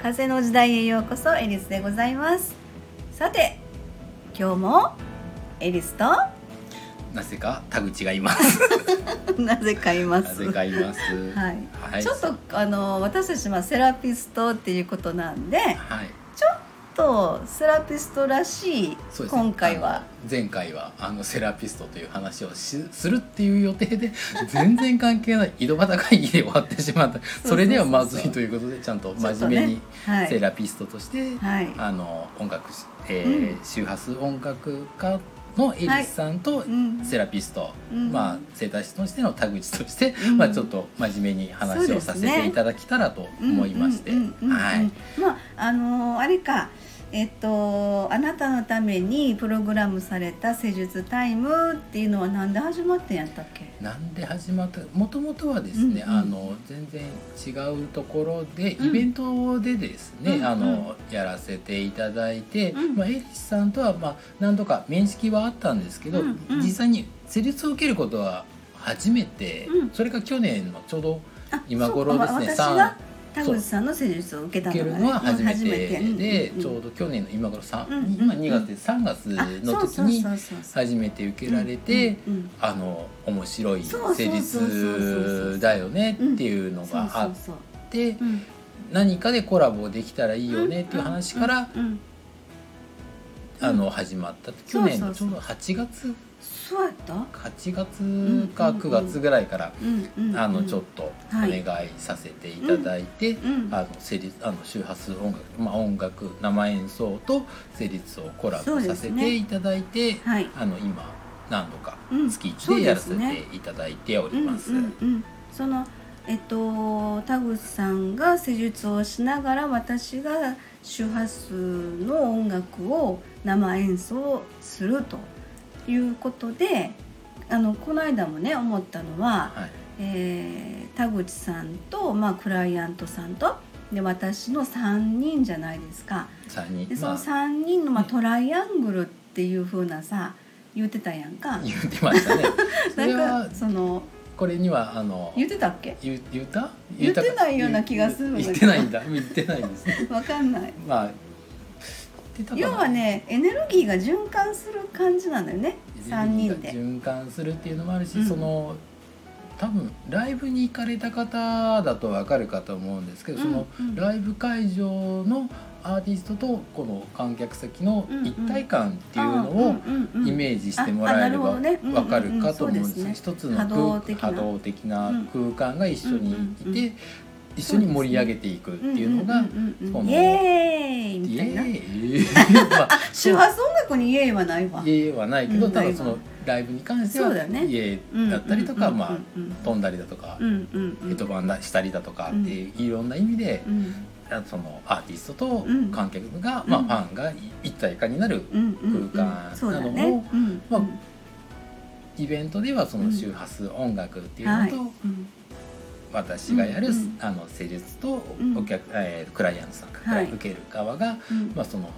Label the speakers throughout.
Speaker 1: 風の時代へようこそエリスでございますさて今日もエリスと
Speaker 2: なぜか田口がいます。
Speaker 1: なぜかいま
Speaker 2: な
Speaker 1: す
Speaker 2: ぜかいます。
Speaker 1: はい
Speaker 2: はい。
Speaker 1: ちょっとあの私たちまあセラピストっていうことなんで
Speaker 2: はい。
Speaker 1: ちょっとセラピストらしい
Speaker 2: そうですね
Speaker 1: 今回は
Speaker 2: あの前回はあのセラピストという話をしするっていう予定で 全然関係ない井戸端会議で終わってしまった
Speaker 1: そう
Speaker 2: それではまずいということでちゃんと
Speaker 1: ちょっ
Speaker 2: 真
Speaker 1: と
Speaker 2: 面
Speaker 1: ね
Speaker 2: 目に
Speaker 1: は
Speaker 2: セ
Speaker 1: い
Speaker 2: ラピストとして、
Speaker 1: はい
Speaker 2: あの音楽し、えー周波数音楽家のエリスさんと
Speaker 1: うん
Speaker 2: セラピスト、
Speaker 1: うん
Speaker 2: まあ整体師としての田口として、
Speaker 1: うん
Speaker 2: まあちょっと真面目に話をさせていただけたらと思いまして、
Speaker 1: うんうんうんうんうん
Speaker 2: はい。
Speaker 1: まああのーあれかえっとあなたのためにプログラムされた施術タイムっていうのはなんで始まってんやったっけ？
Speaker 2: なんで始まったもともとはですね、
Speaker 1: うんうん
Speaker 2: あの全然違うところで
Speaker 1: うん
Speaker 2: イベントでです
Speaker 1: うん
Speaker 2: ね、
Speaker 1: うん
Speaker 2: あのやらせていただいて、
Speaker 1: うん
Speaker 2: まあ、エリスさんとは、まあ、何度か面識はあったんですけど、
Speaker 1: うんうん
Speaker 2: 実際に施術を受けることは初めて、
Speaker 1: うん
Speaker 2: それが去年のちょうど
Speaker 1: あ
Speaker 2: 今頃
Speaker 1: そう
Speaker 2: で
Speaker 1: か
Speaker 2: すね
Speaker 1: 私
Speaker 2: 3
Speaker 1: が田口さんの施術を受けた
Speaker 2: 受け
Speaker 1: の
Speaker 2: る
Speaker 1: が、
Speaker 2: の
Speaker 1: ね、
Speaker 2: は初めて
Speaker 1: うん初
Speaker 2: で、
Speaker 1: めて
Speaker 2: ちょうど去年の今頃3、
Speaker 1: うんうんうん
Speaker 2: 今2月で3月
Speaker 1: あ
Speaker 2: の時に
Speaker 1: そうそうそうそう
Speaker 2: 初めて受けられて。
Speaker 1: うんうん
Speaker 2: あの面白い
Speaker 1: そうそう
Speaker 2: 施
Speaker 1: そうそうそ
Speaker 2: 術
Speaker 1: う
Speaker 2: だよねっていうのがあっ
Speaker 1: そうそう
Speaker 2: て
Speaker 1: そううん
Speaker 2: 何かでコラボできたらいいよねっていう話から
Speaker 1: うんうんうん
Speaker 2: あの始まった
Speaker 1: そ
Speaker 2: 去
Speaker 1: うそうそう
Speaker 2: 年のちょうど8月
Speaker 1: そうやった？
Speaker 2: 8月
Speaker 1: う
Speaker 2: か
Speaker 1: んうん
Speaker 2: 9月ぐらいから
Speaker 1: うんうんうん
Speaker 2: あのちょっとお
Speaker 1: は
Speaker 2: 願
Speaker 1: い
Speaker 2: いさせていただいて
Speaker 1: うん
Speaker 2: あの施術あの周波数音楽、まあ、音楽生演奏と施術をコラボさせていただいて、
Speaker 1: はい。
Speaker 2: あの今何度か
Speaker 1: うん
Speaker 2: 月1
Speaker 1: そう
Speaker 2: で
Speaker 1: で
Speaker 2: やら
Speaker 1: す
Speaker 2: せ
Speaker 1: ね
Speaker 2: ていただいてお
Speaker 1: う
Speaker 2: り
Speaker 1: んう
Speaker 2: ます。
Speaker 1: んうん、そのえっと田口さんが施術をしながら私が周波数の音楽を生演奏するということであのこの間もね思ったのは、
Speaker 2: はい
Speaker 1: えー田口さんと、まあ、クライアントさんとで私の3人じゃないですか。
Speaker 2: 三人
Speaker 1: でそ
Speaker 2: ま
Speaker 1: の
Speaker 2: あ
Speaker 1: 3人の、まあ、
Speaker 2: ね
Speaker 1: トライアングルっていう風なさ言ってたやんか。
Speaker 2: 言ってましたねそ れ
Speaker 1: な
Speaker 2: は
Speaker 1: んかその
Speaker 2: これにはあの
Speaker 1: 言ってたっけ
Speaker 2: 言言った
Speaker 1: 言って
Speaker 2: たか
Speaker 1: ないような気がするんだけ
Speaker 2: 言
Speaker 1: ど
Speaker 2: ってないんだ言ってないんですね
Speaker 1: わかんない
Speaker 2: まあ言ってたかな
Speaker 1: 要はねエネルギーが循環する感じなんだよね3人で
Speaker 2: 循環するっていうのもあるし、
Speaker 1: うん
Speaker 2: その多分ライブに行かれた方だと分かるかと思うんですけど、その
Speaker 1: うんうん
Speaker 2: ライブ会場のアーティストとこの観客先の一体感っていうのを、イメージしてもらえれば
Speaker 1: ああなるほどね
Speaker 2: わかるかと思うんです
Speaker 1: うんうんうんそう
Speaker 2: よ
Speaker 1: です
Speaker 2: 一つの
Speaker 1: 波動的な
Speaker 2: 空波動的な空間が一緒にい
Speaker 1: う
Speaker 2: て、
Speaker 1: んうんうん
Speaker 2: 一緒に盛り上げていくっていうのが、
Speaker 1: んうんうんうん
Speaker 2: この
Speaker 1: イエーイみ
Speaker 2: イエ
Speaker 1: たいな
Speaker 2: ーイ まあ
Speaker 1: 周波数音楽にイエーイはないわ
Speaker 2: イエーイはないけど、
Speaker 1: うん
Speaker 2: ただそのライブに関して
Speaker 1: そ
Speaker 2: は
Speaker 1: うだね
Speaker 2: イエーイだったりとか、
Speaker 1: うんうん
Speaker 2: まあ
Speaker 1: うんうん
Speaker 2: 飛んだりだとか
Speaker 1: う、んうんうん
Speaker 2: ヘッドバンだしたりだとかっていういろんな意味で、
Speaker 1: うん
Speaker 2: あそのアーティストと
Speaker 1: うん
Speaker 2: 観客が、
Speaker 1: うん
Speaker 2: まあ、ファンが一体化になる
Speaker 1: うんうんうん
Speaker 2: 空間
Speaker 1: そうだ
Speaker 2: なの
Speaker 1: ね
Speaker 2: を
Speaker 1: うん
Speaker 2: まあ
Speaker 1: うん
Speaker 2: イベントではその周波数音楽っていう
Speaker 1: は
Speaker 2: の
Speaker 1: い
Speaker 2: と、
Speaker 1: うん
Speaker 2: 私がやる、
Speaker 1: うんうん
Speaker 2: あの施術と
Speaker 1: うん
Speaker 2: お客、えークライアントさんから、
Speaker 1: はい
Speaker 2: 受ける側が、
Speaker 1: うん
Speaker 2: まあ、その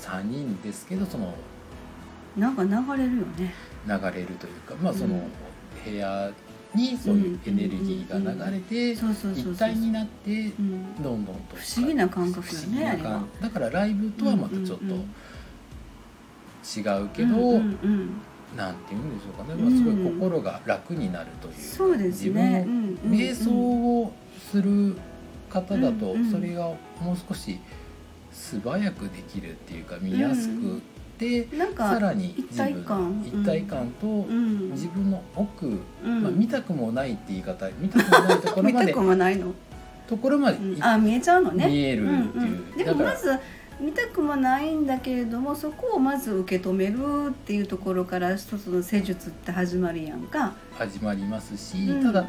Speaker 2: 3人ですけどその
Speaker 1: なんか流れるよね
Speaker 2: 流れるというか、まあ、そうの
Speaker 1: ん
Speaker 2: 部屋にそういうエネルギーが流れて、
Speaker 1: そうそうそうそう
Speaker 2: 一体になって
Speaker 1: うん
Speaker 2: どんどんと
Speaker 1: 不思議な感覚よね
Speaker 2: 不思議な感
Speaker 1: あれは
Speaker 2: だからライブとはまたちょっと
Speaker 1: うんうんうん
Speaker 2: 違うけど、
Speaker 1: うんうんうん
Speaker 2: なんて言うんでしょうかね、まあ、すご
Speaker 1: うん
Speaker 2: い心が楽になるというか
Speaker 1: そうですねうん
Speaker 2: 自分の
Speaker 1: うんうん
Speaker 2: 瞑想をする方だと
Speaker 1: うんうん
Speaker 2: それがもう少し素早くできるっていうか見やすくて
Speaker 1: なんか
Speaker 2: さらに
Speaker 1: 一
Speaker 2: 自
Speaker 1: 体
Speaker 2: 分
Speaker 1: 感
Speaker 2: 一体感と
Speaker 1: うん
Speaker 2: 自分の奥
Speaker 1: うん
Speaker 2: まあ見たくもないって言い方見たくもないとこ ろ
Speaker 1: 見
Speaker 2: ま
Speaker 1: た
Speaker 2: で
Speaker 1: くもないの、
Speaker 2: ところまで
Speaker 1: うん
Speaker 2: い
Speaker 1: あ見えちゃうのね
Speaker 2: 見えるって
Speaker 1: ん
Speaker 2: い
Speaker 1: ん
Speaker 2: う
Speaker 1: でも
Speaker 2: だから
Speaker 1: まず見たくもないんだけれどもそこをまず受け止めるっていうところから一つの施術って始まるやんか、
Speaker 2: 始まりますし
Speaker 1: うん
Speaker 2: ただ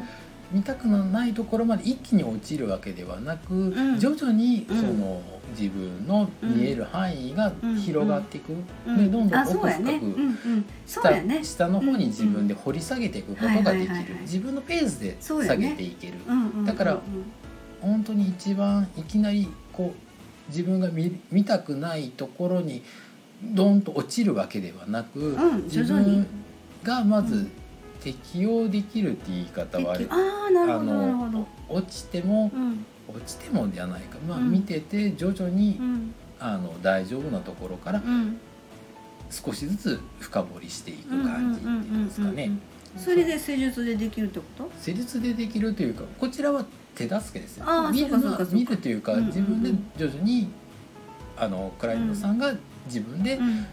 Speaker 2: 見たくのないところまで一気に落ちるわけではなく
Speaker 1: ん
Speaker 2: 徐々にそ
Speaker 1: うん
Speaker 2: の自分の見える範囲が広がっていく
Speaker 1: う
Speaker 2: でどんどん
Speaker 1: あそう
Speaker 2: 奥
Speaker 1: やね
Speaker 2: 深
Speaker 1: う
Speaker 2: く
Speaker 1: んうんそう
Speaker 2: 下
Speaker 1: やね
Speaker 2: 下の方に自分で掘り下げていくことが
Speaker 1: うんうん
Speaker 2: で
Speaker 1: はいはい
Speaker 2: き
Speaker 1: はいは
Speaker 2: る
Speaker 1: い
Speaker 2: 自分のペースで
Speaker 1: そう
Speaker 2: 下
Speaker 1: やね
Speaker 2: げていける、
Speaker 1: うんうんうんうん
Speaker 2: だから本当に一番いきなりこう自分が見見たくないところにドンと落ちるわけではなく、
Speaker 1: うん
Speaker 2: 自
Speaker 1: 徐々に
Speaker 2: 分がま
Speaker 1: う
Speaker 2: ず
Speaker 1: ん
Speaker 2: 適応できるって言い方はある、
Speaker 1: ああなるほどなるほど
Speaker 2: 落ちても
Speaker 1: うん
Speaker 2: 落落ちてもじゃないか、まあ、
Speaker 1: うん
Speaker 2: 見てて徐々に、
Speaker 1: うん
Speaker 2: あの大丈夫なところから
Speaker 1: うん
Speaker 2: 少しずつ深掘りしていく
Speaker 1: うん
Speaker 2: 感じっていうんですか
Speaker 1: うんうんうん
Speaker 2: ね。
Speaker 1: うんそれで施術でできるってこと
Speaker 2: 施術でできるというかこちらは手助けですよ
Speaker 1: あー
Speaker 2: 見る
Speaker 1: そ
Speaker 2: の
Speaker 1: うかそうかそう
Speaker 2: は
Speaker 1: か
Speaker 2: 見るというか
Speaker 1: うんうんうん
Speaker 2: 自分で徐々にあのクライアントさんが自分で
Speaker 1: うん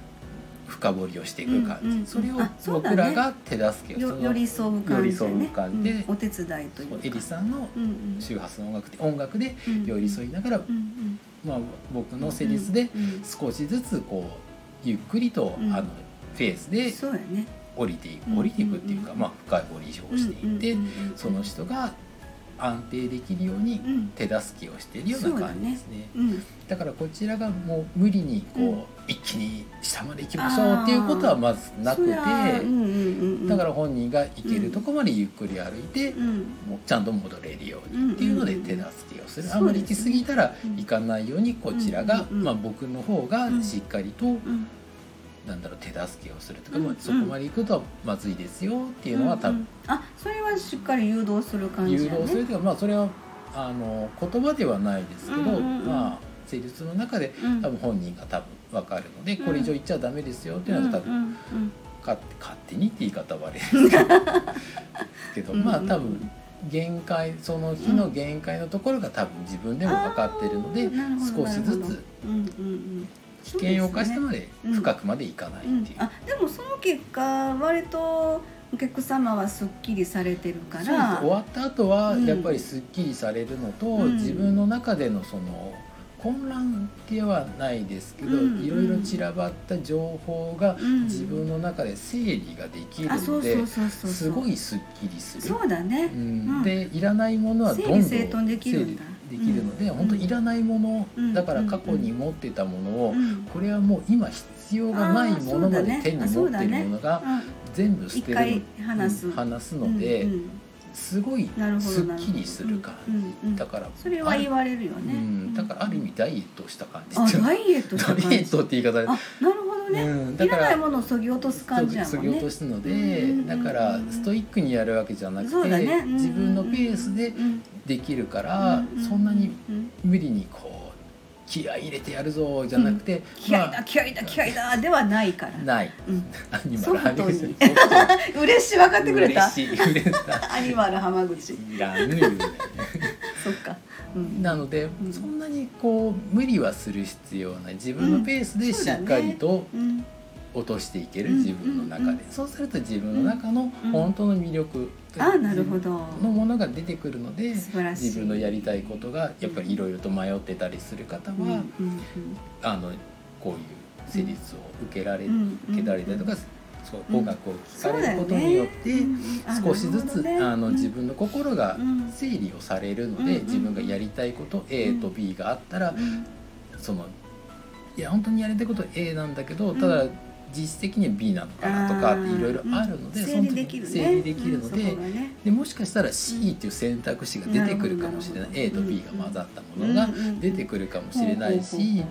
Speaker 2: 深掘りをしていく感じ、
Speaker 1: うんうんうん
Speaker 2: それを
Speaker 1: あそうだね
Speaker 2: 僕らが手助けを
Speaker 1: よ
Speaker 2: その
Speaker 1: 寄り添う感じだ
Speaker 2: 寄り添
Speaker 1: ね
Speaker 2: う感じで
Speaker 1: うんお手伝いとい
Speaker 2: そううエリ
Speaker 1: か
Speaker 2: さんの
Speaker 1: うんうん
Speaker 2: 周波数の音楽で音楽で
Speaker 1: うん
Speaker 2: 寄り添いながら、
Speaker 1: うんうん
Speaker 2: まあ、僕の施術で
Speaker 1: うん
Speaker 2: 少しずつこうゆっくりと、
Speaker 1: うん
Speaker 2: あのフェースで
Speaker 1: そうやね
Speaker 2: 降りていく、
Speaker 1: うん
Speaker 2: 降りていくっていうか、
Speaker 1: うん
Speaker 2: まあ、深い掘りをしていって、
Speaker 1: うんうんうんうん
Speaker 2: その人が安定できるように
Speaker 1: うん
Speaker 2: 手助けをしているような感じですね
Speaker 1: うん
Speaker 2: だからこちらがもう無理にこう、
Speaker 1: うん
Speaker 2: 一気に下まで行きましょうっていうことはまずなく
Speaker 1: そ
Speaker 2: て、
Speaker 1: りゃうんうんうんうん
Speaker 2: だから本人が行けるとこまでゆっくり歩いて、
Speaker 1: うん
Speaker 2: もうちゃんと戻れるようにっていうの
Speaker 1: う
Speaker 2: で
Speaker 1: んうんう
Speaker 2: 手
Speaker 1: ん
Speaker 2: 助けを
Speaker 1: そうで
Speaker 2: する、
Speaker 1: すね
Speaker 2: あんまり行き過ぎたら
Speaker 1: うん
Speaker 2: 行かないようにこちらが、
Speaker 1: うんうんうん
Speaker 2: まあ、僕の方がしっかりと、
Speaker 1: うん
Speaker 2: なんだろう手助けをするとか、
Speaker 1: うん
Speaker 2: まあ
Speaker 1: うん
Speaker 2: そこまで行くとまずいですよっていうのは多
Speaker 1: うんう
Speaker 2: 分
Speaker 1: んあそれはしっかり誘導する感
Speaker 2: 誘
Speaker 1: じやね
Speaker 2: 導するというか、まあ、それはあの言葉ではないですけど、
Speaker 1: うんうんうん
Speaker 2: まあ施術の中で
Speaker 1: うん
Speaker 2: 多分本人が多分分かるので、
Speaker 1: うん
Speaker 2: これ以上言っちゃダメですよっていうのは多分、
Speaker 1: うんうんうん
Speaker 2: 勝手勝手にって言い方はあれですけど けどまあ
Speaker 1: うんうん
Speaker 2: 多分限界その日の限界のところが多分自分でも分かってるので、
Speaker 1: あーなるほど
Speaker 2: 少し
Speaker 1: な
Speaker 2: ず
Speaker 1: るほ
Speaker 2: つ
Speaker 1: どうんうんうん
Speaker 2: 危険を
Speaker 1: そうです
Speaker 2: 犯して
Speaker 1: ね
Speaker 2: まで
Speaker 1: うん
Speaker 2: 深くまでいかないって
Speaker 1: う。
Speaker 2: いうん
Speaker 1: あでもその結果割とお客様はすっきりされてるか
Speaker 2: そうです
Speaker 1: ら
Speaker 2: 終わった後は
Speaker 1: うん
Speaker 2: やっぱりすっきりされるのと、
Speaker 1: うん
Speaker 2: 自分の中でのその混乱ではないですけど、
Speaker 1: うん
Speaker 2: いろいろ散らばった情報が
Speaker 1: うん
Speaker 2: 自分の中で整理ができる
Speaker 1: あそ
Speaker 2: の
Speaker 1: う
Speaker 2: で、
Speaker 1: そうそうそう
Speaker 2: すごいすっきりする。
Speaker 1: そうだね
Speaker 2: う
Speaker 1: うん
Speaker 2: ん、でいらないものはどんどん
Speaker 1: 整理整頓できるんだ
Speaker 2: 整理できるので、
Speaker 1: うん
Speaker 2: 本当いらないも
Speaker 1: うん
Speaker 2: のだから過去に持ってたものを、
Speaker 1: うん
Speaker 2: これはもう今必要がないものまで手に
Speaker 1: あーそ
Speaker 2: 持
Speaker 1: う
Speaker 2: っ
Speaker 1: だ
Speaker 2: て
Speaker 1: ね
Speaker 2: るものが
Speaker 1: うん
Speaker 2: 全部捨
Speaker 1: 一
Speaker 2: てる
Speaker 1: 回話す
Speaker 2: 話すので、
Speaker 1: うんうん
Speaker 2: すごい
Speaker 1: なるほど
Speaker 2: すっ
Speaker 1: なるほ
Speaker 2: き
Speaker 1: ど
Speaker 2: りする感じ、
Speaker 1: うんうん
Speaker 2: だから
Speaker 1: それは言われるよね
Speaker 2: あるうん、だからある意味ダイエットした感じってい
Speaker 1: あ
Speaker 2: うか
Speaker 1: ダイエットした感じ
Speaker 2: ダイエットって言い方で
Speaker 1: あなるほどね、
Speaker 2: うん
Speaker 1: いらないものをそぎ落とす感じやも
Speaker 2: そ
Speaker 1: ん
Speaker 2: ぎ落
Speaker 1: ね
Speaker 2: とすので、
Speaker 1: うん
Speaker 2: だからストイックにやるわけじゃなくて、
Speaker 1: そうだねうん
Speaker 2: 自分のペースで
Speaker 1: うん
Speaker 2: できるから、
Speaker 1: うう
Speaker 2: そんなに
Speaker 1: うん
Speaker 2: 無理にこう気合い入れてやるぞじゃなくて、
Speaker 1: 気合いだ気合いだ気合いだではないから、
Speaker 2: ない
Speaker 1: うん、
Speaker 2: アニマ
Speaker 1: ソ
Speaker 2: ル
Speaker 1: フトに
Speaker 2: ソフト
Speaker 1: 嬉しい分 かってくれた
Speaker 2: 嬉しい嬉しい
Speaker 1: アニマル浜口
Speaker 2: いらぬよね
Speaker 1: そっか、うん、
Speaker 2: なので、
Speaker 1: うん
Speaker 2: そんなにこう無理はする必要はない自分のペース
Speaker 1: う
Speaker 2: で
Speaker 1: んそう
Speaker 2: し
Speaker 1: だ
Speaker 2: っ
Speaker 1: ね
Speaker 2: かりと
Speaker 1: うん
Speaker 2: 落としていける、
Speaker 1: うん
Speaker 2: 自分の中で、
Speaker 1: う
Speaker 2: そうすると自分の中の本当の魅力、
Speaker 1: あーなるほど
Speaker 2: のものが出てくるので
Speaker 1: 素晴らしい
Speaker 2: 自分のやりたいことがやっぱりいろいろと迷ってたりする方は、
Speaker 1: うんうんうん
Speaker 2: あのこういう施術を受けられ、
Speaker 1: うん
Speaker 2: 受けられたりとか、そう
Speaker 1: うん
Speaker 2: 音楽を聴か
Speaker 1: そう
Speaker 2: れ
Speaker 1: だ
Speaker 2: る
Speaker 1: よ
Speaker 2: こと
Speaker 1: ね
Speaker 2: によって、
Speaker 1: うんあ
Speaker 2: 少しずつ、
Speaker 1: なるほどね
Speaker 2: あの
Speaker 1: うん
Speaker 2: 自分の心が
Speaker 1: うん
Speaker 2: 整理をされるの
Speaker 1: うん
Speaker 2: で、
Speaker 1: うん
Speaker 2: 自分がやりたいこと A と B があったら、
Speaker 1: うん
Speaker 2: そのいや本当にやりたいこと A なんだけど、
Speaker 1: うん
Speaker 2: ただ実質的には B なのかなとか
Speaker 1: あ
Speaker 2: って
Speaker 1: ー
Speaker 2: いろいろあるので、
Speaker 1: うん
Speaker 2: そ
Speaker 1: 整
Speaker 2: の
Speaker 1: 理
Speaker 2: 時
Speaker 1: で
Speaker 2: に
Speaker 1: きるね
Speaker 2: 整理できるので,、
Speaker 1: うんそこがね
Speaker 2: でもしかしたら C っていう選択肢が出てくるかもしれない、
Speaker 1: うん
Speaker 2: A と B が混ざったものが出てくるかもしれないし。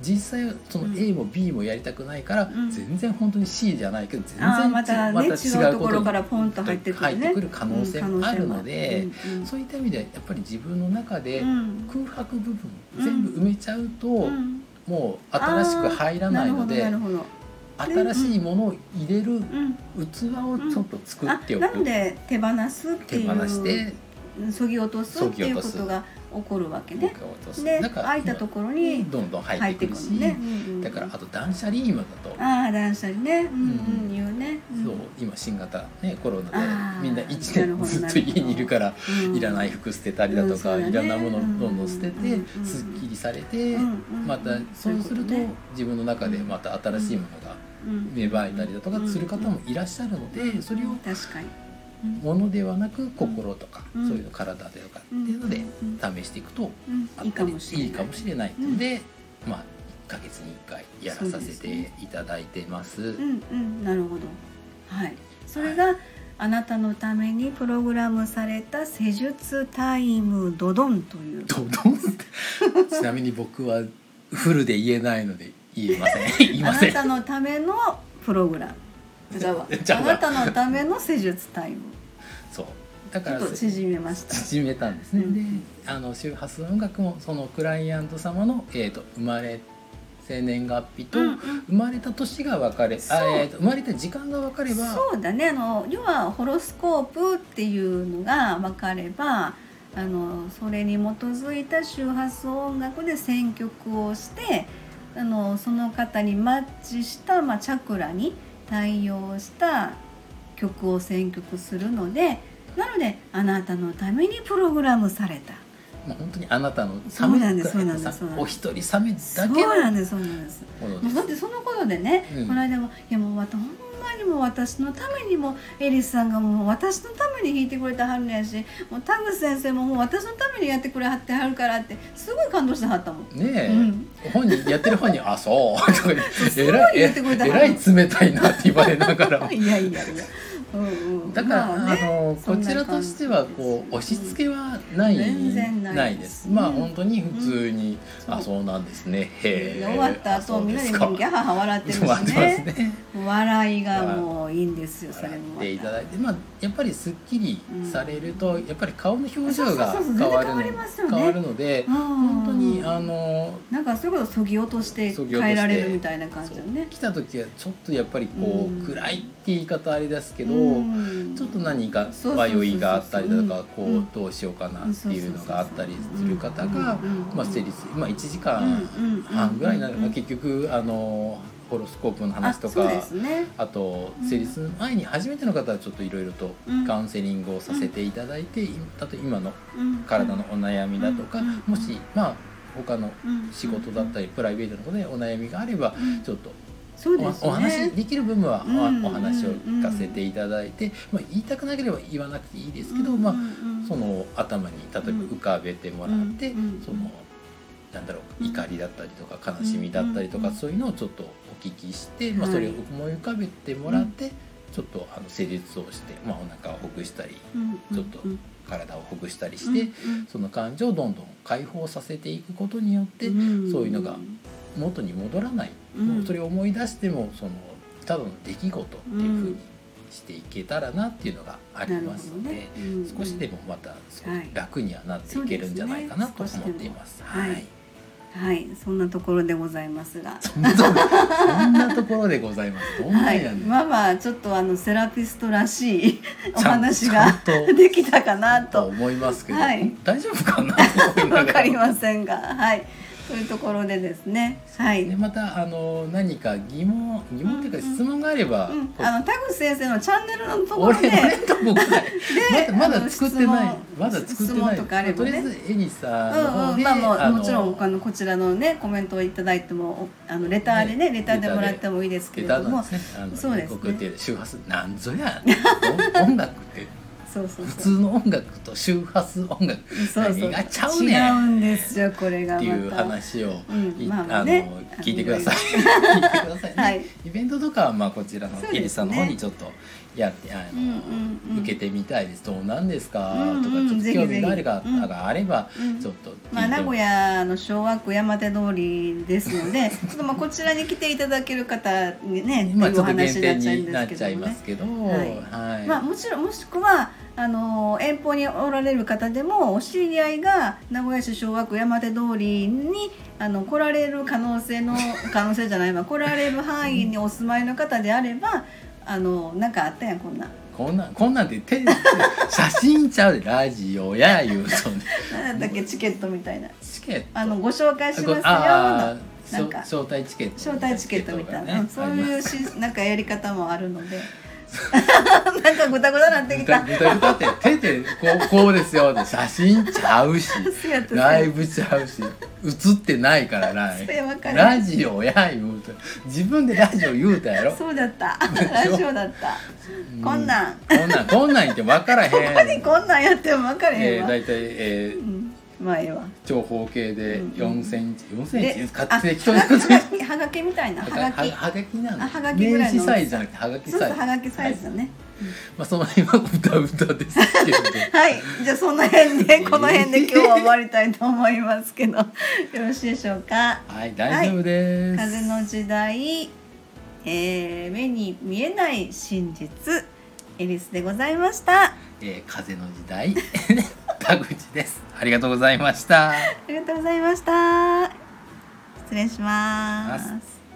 Speaker 2: 実際その A も B もやりたくないから、
Speaker 1: ん
Speaker 2: 全然本当に C じゃないけど全然
Speaker 1: あーまたね違うところからポンと
Speaker 2: 入
Speaker 1: 入
Speaker 2: っ
Speaker 1: ってて
Speaker 2: く
Speaker 1: く
Speaker 2: る,、
Speaker 1: るね
Speaker 2: 可能性もあるので、
Speaker 1: うんうん
Speaker 2: そういった意味ではやっぱり自分の中で
Speaker 1: うん
Speaker 2: 空白部分、
Speaker 1: うん
Speaker 2: 全部埋めちゃうと、
Speaker 1: うん
Speaker 2: もう新しく入らないので
Speaker 1: あーなるほどなるほど
Speaker 2: 新しいものを入れ
Speaker 1: ほ
Speaker 2: る
Speaker 1: ど、うん
Speaker 2: 器をちょっと作って
Speaker 1: あ
Speaker 2: お
Speaker 1: な
Speaker 2: く、
Speaker 1: ので手放すって
Speaker 2: 手
Speaker 1: いう
Speaker 2: 放して
Speaker 1: そぎ落とすっていうことが起こるわけね
Speaker 2: 僕が落とす
Speaker 1: で
Speaker 2: だから
Speaker 1: 空いたところに
Speaker 2: どんどん入
Speaker 1: 入
Speaker 2: っ
Speaker 1: ってて
Speaker 2: く
Speaker 1: く
Speaker 2: る
Speaker 1: る
Speaker 2: し
Speaker 1: のね、うんうん
Speaker 2: だからあと断捨離今だと
Speaker 1: ああ断捨離ねうんうん、
Speaker 2: うん
Speaker 1: 言うね、ん
Speaker 2: そう今新型、ね、コロナで
Speaker 1: あー
Speaker 2: みんな1
Speaker 1: なるほ
Speaker 2: 年
Speaker 1: ど
Speaker 2: ずっと家にいるから
Speaker 1: うん
Speaker 2: いらない服捨てたりだとか、
Speaker 1: うんそうだね
Speaker 2: いらないものどんどん捨てて、
Speaker 1: うん
Speaker 2: すっきりされて、
Speaker 1: うんうん
Speaker 2: また
Speaker 1: そう
Speaker 2: そうすると
Speaker 1: いうことね
Speaker 2: 自分の中でまた新しいものが
Speaker 1: うん
Speaker 2: 芽生えたりだとか
Speaker 1: うん
Speaker 2: する方もいらっしゃるのでそれを
Speaker 1: 確かに
Speaker 2: 物ではなく心とか、
Speaker 1: うん
Speaker 2: そういうの体でとかっていうので
Speaker 1: うん
Speaker 2: 試していくと
Speaker 1: うん
Speaker 2: あ
Speaker 1: いいか
Speaker 2: ったり
Speaker 1: もしれない
Speaker 2: いかもしれないので、まあ1ヶ月に1回やらさせていただいてます。
Speaker 1: うんうんなるほどはいそれがあなたのためにプログラムされた施術タイムドドンという
Speaker 2: ドドンってちなみに僕はフルで言えないので言えません言い
Speaker 1: あ
Speaker 2: ませ
Speaker 1: なんたのための プログラムじゃあ
Speaker 2: じゃあ
Speaker 1: あなたのための施術タイム
Speaker 2: そうだ
Speaker 1: ち
Speaker 2: か
Speaker 1: ょ
Speaker 2: ら
Speaker 1: っと縮めました。
Speaker 2: 縮めたんですね、
Speaker 1: うん
Speaker 2: であの周波数音楽もそのクライアント様の、えー、と生まれ生年月日と、
Speaker 1: うんうん
Speaker 2: 生まれた年が分かれ
Speaker 1: そう
Speaker 2: あ、えーと生まれた時間が分かれば
Speaker 1: そうだねあの要はホロスコープっていうのが分かればあのそれに基づいた周波数音楽で選曲をしてあのその方にマッチした、まあ、チャクラに対応した曲を選曲するのでなのであなたのためにプログラムされた。
Speaker 2: まあ、本当にあなたの
Speaker 1: そうなんです
Speaker 2: サメ
Speaker 1: そうなんですそうなんです
Speaker 2: お一人サメ
Speaker 1: そ
Speaker 2: だ
Speaker 1: う
Speaker 2: けの
Speaker 1: なんですそうなんです
Speaker 2: もの
Speaker 1: も
Speaker 2: で
Speaker 1: う
Speaker 2: す
Speaker 1: だってそのことでね、
Speaker 2: うん
Speaker 1: この間も「いやもうまたほんまにもう私のためにもエリスさんがもう私のために弾いてくれたはるのやしもう田口先生ももう私のためにやってくれはってはるから」ってすごい感動してはったもん。
Speaker 2: ねえ、
Speaker 1: うん
Speaker 2: 本人やってる本人「あそう」とか
Speaker 1: そう
Speaker 2: えらい
Speaker 1: 言ってくれた
Speaker 2: えらい冷たいなって言われながらも
Speaker 1: いやいやいや。うんうん、
Speaker 2: だから、
Speaker 1: ま
Speaker 2: あ
Speaker 1: あね
Speaker 2: の
Speaker 1: そ
Speaker 2: こ
Speaker 1: んな
Speaker 2: ちらとしてはこう
Speaker 1: 感
Speaker 2: 押
Speaker 1: じです
Speaker 2: し付けはない、
Speaker 1: 全然ない
Speaker 2: ですまあ
Speaker 1: うん
Speaker 2: 本当に普通に「
Speaker 1: うん
Speaker 2: あそうなんですねへ
Speaker 1: で
Speaker 2: え」
Speaker 1: 終わった後みんなでギャハハ笑ってるし
Speaker 2: 笑ってます
Speaker 1: ね
Speaker 2: ね
Speaker 1: 笑いがもういいんですよそれ
Speaker 2: 笑
Speaker 1: もま
Speaker 2: っ
Speaker 1: た
Speaker 2: ていただいてまあやっぱりすっきりされると、やっぱり顔の表情が
Speaker 1: そうそうそう
Speaker 2: 変わる
Speaker 1: 全然
Speaker 2: の
Speaker 1: 変わりますよね
Speaker 2: 変わるので
Speaker 1: あー
Speaker 2: 本当にあの
Speaker 1: なんかそういうことそぎ落として
Speaker 2: そ
Speaker 1: 変
Speaker 2: ぎ落として
Speaker 1: えられるみたいな感じだね。
Speaker 2: 来た時はちょっとやっぱりこう、
Speaker 1: うん
Speaker 2: 暗いって言い方あれですけど、
Speaker 1: うん
Speaker 2: ちょっと何か
Speaker 1: そうそうそうそう
Speaker 2: 迷いがあったりだとかこ
Speaker 1: う
Speaker 2: うんどうしようかなっていうのがあったりする方が
Speaker 1: うん
Speaker 2: まあ成立まあ1時間半ぐらいになるまあ結局あのホロスコープの話と
Speaker 1: あそうで
Speaker 2: か
Speaker 1: すね
Speaker 2: あと成立する前に初めての方はちょっといろいろと
Speaker 1: うん
Speaker 2: カウンセリングをさせていただいていあと今の
Speaker 1: うん
Speaker 2: 体のお悩みだとか
Speaker 1: うん
Speaker 2: もしまあ他の
Speaker 1: うん
Speaker 2: 仕事だったりプライベートのことでお悩みがあれば
Speaker 1: うん
Speaker 2: ちょっと
Speaker 1: そう
Speaker 2: お
Speaker 1: ですね
Speaker 2: お話できる部分は
Speaker 1: うん
Speaker 2: おお話を聞かせていただいて、まあ、言いたくなければ言わなくていいですけど、まあ、その頭に例えば浮かべてもらって、
Speaker 1: うんうん
Speaker 2: そのなんだろう
Speaker 1: うん
Speaker 2: 怒りだったりとか悲しみだったりとか、
Speaker 1: うん
Speaker 2: そういうのをちょっとお聞きして、ま
Speaker 1: は
Speaker 2: あ、
Speaker 1: い
Speaker 2: それを思い浮かべてもらって、ちょっとあの施術をして、まあ、お腹をほぐしたりちょっと体をほぐしたりして、その感情をどんどん解放させていくことによって、そういうのが元に戻らない、
Speaker 1: うん
Speaker 2: もうそれを思い出してもそのただの出来事っていうふうにしていけたらなっていうのがあ
Speaker 1: あ
Speaker 2: りますので、少しでもまた少
Speaker 1: は
Speaker 2: し
Speaker 1: い
Speaker 2: 楽にはなっていけるんじゃないかなと思っています。
Speaker 1: そうですねはいそんなところでございますが
Speaker 2: そんなとこそんなところでございます。どんな
Speaker 1: は
Speaker 2: んや
Speaker 1: い
Speaker 2: ねん、
Speaker 1: まあまあちょっとあのセラピストらしいお話
Speaker 2: ちゃ
Speaker 1: が
Speaker 2: んと
Speaker 1: できたかな
Speaker 2: と
Speaker 1: と
Speaker 2: 思いますけど、
Speaker 1: はい
Speaker 2: 大丈夫かなと思いながら
Speaker 1: わかりませんがはいというところでですねはい
Speaker 2: でまたあの何か疑問疑問というか質問があれば、
Speaker 1: うん、
Speaker 2: こう
Speaker 1: あの田口先生のチャンネルのところ
Speaker 2: 俺
Speaker 1: で、
Speaker 2: 俺のとこかい
Speaker 1: で
Speaker 2: ま
Speaker 1: あ
Speaker 2: だま
Speaker 1: の
Speaker 2: だ作ってない
Speaker 1: 質問
Speaker 2: まだ作って
Speaker 1: 質
Speaker 2: な
Speaker 1: 問
Speaker 2: い
Speaker 1: とかあれば
Speaker 2: とりあ
Speaker 1: ね
Speaker 2: えずエリさん
Speaker 1: う
Speaker 2: の
Speaker 1: ん
Speaker 2: 方
Speaker 1: うん、
Speaker 2: で、
Speaker 1: まあもう
Speaker 2: あの
Speaker 1: もちろんあのこちらのねコメントをいただいてもおあのレターでねレターでもらってもいいですけ
Speaker 2: 下
Speaker 1: れど
Speaker 2: 手なん
Speaker 1: も、
Speaker 2: ですね。あの
Speaker 1: そうですね
Speaker 2: 僕って周波数なんぞや。音楽って
Speaker 1: そうそう
Speaker 2: 普
Speaker 1: そう
Speaker 2: 通の音楽と周波数音楽
Speaker 1: そうそう
Speaker 2: 何がちゃう
Speaker 1: 違
Speaker 2: ね
Speaker 1: うん
Speaker 2: っ
Speaker 1: んですよこれがま
Speaker 2: て
Speaker 1: た
Speaker 2: いう話を
Speaker 1: うん
Speaker 2: い
Speaker 1: まあまあ
Speaker 2: あの
Speaker 1: ね
Speaker 2: 聞いてください。聞いてくださいね。
Speaker 1: はい
Speaker 2: イベントとかはまあこちらの
Speaker 1: そうですね
Speaker 2: エリさんの方にちょっとやってあ
Speaker 1: うん
Speaker 2: の
Speaker 1: うんうん
Speaker 2: 受けてみたいです。どうなんですか
Speaker 1: うん
Speaker 2: とか
Speaker 1: うん
Speaker 2: ちょっと
Speaker 1: ぜひ
Speaker 2: 興
Speaker 1: ぜ
Speaker 2: 味
Speaker 1: ひ
Speaker 2: がある
Speaker 1: うん
Speaker 2: 方があれば
Speaker 1: うん
Speaker 2: ちょっと聞いて
Speaker 1: まあ、名古屋の昭和区山手通りですので ちょっとまあこちらに来ていただける方にね
Speaker 2: まあ
Speaker 1: っ
Speaker 2: ち
Speaker 1: ていうお
Speaker 2: ょっと限
Speaker 1: 話にな
Speaker 2: 定
Speaker 1: っちゃうん
Speaker 2: になっ
Speaker 1: ですけ
Speaker 2: ちゃ
Speaker 1: ど
Speaker 2: い
Speaker 1: も
Speaker 2: ま
Speaker 1: ね
Speaker 2: すけど、
Speaker 1: はい
Speaker 2: はい。
Speaker 1: まあ、もちろんもしくはあの遠方におられる方でもお知り合いが名古屋市小学山手通りにあの来られる可能性 の可能性じゃないわ来られる範囲にお住まいの方であればあのなんかあったやんこんなん
Speaker 2: こんなんこんなんで手写真ちゃうでラジオや言うとね
Speaker 1: なんだっけチケットみたいな
Speaker 2: チケット
Speaker 1: あのご紹介しますよの
Speaker 2: あー
Speaker 1: なんか
Speaker 2: しょ招待チケット
Speaker 1: 招待チケットみたいな、うんそう
Speaker 2: う
Speaker 1: いうしなんかやり方もあるの でなんかぐたぐたなってきた
Speaker 2: 歌歌って 手でこうこうですよって写真ちゃうし
Speaker 1: そうやったそうやった
Speaker 2: ライブちゃうし映ってないからライ
Speaker 1: それわか
Speaker 2: ブ
Speaker 1: る
Speaker 2: ラジオや言うと自分でラジオ言うたやろ
Speaker 1: そうだった ラジオだったこんなん
Speaker 2: こんなんこんなん言って分から へん
Speaker 1: 何こんなんやっても分かれへ
Speaker 2: え
Speaker 1: ん
Speaker 2: ー、
Speaker 1: わ、
Speaker 2: 大体、えー
Speaker 1: うん、まあええわ
Speaker 2: 長方形で4センチ、4センチ
Speaker 1: で
Speaker 2: 買
Speaker 1: あ
Speaker 2: ってきた
Speaker 1: はがきはがきみたいなはがき
Speaker 2: はがきなの
Speaker 1: あはがきぐらいの
Speaker 2: 名刺サイズじゃなくてはがき
Speaker 1: そう
Speaker 2: サ
Speaker 1: そう
Speaker 2: イズ
Speaker 1: はがきサイズだね
Speaker 2: はいまあその辺は歌う歌ですけれ ど
Speaker 1: はい、じゃあその辺でこの辺で今日は終わりたいと思いますけどよろしいでしょうか
Speaker 2: はい大丈夫です、
Speaker 1: 風の時代、えー目に見えない真実エリスでございました
Speaker 2: えー風の時代 田口ですありがとうございました。
Speaker 1: ありがとうございました。失礼しま
Speaker 2: ます
Speaker 1: す。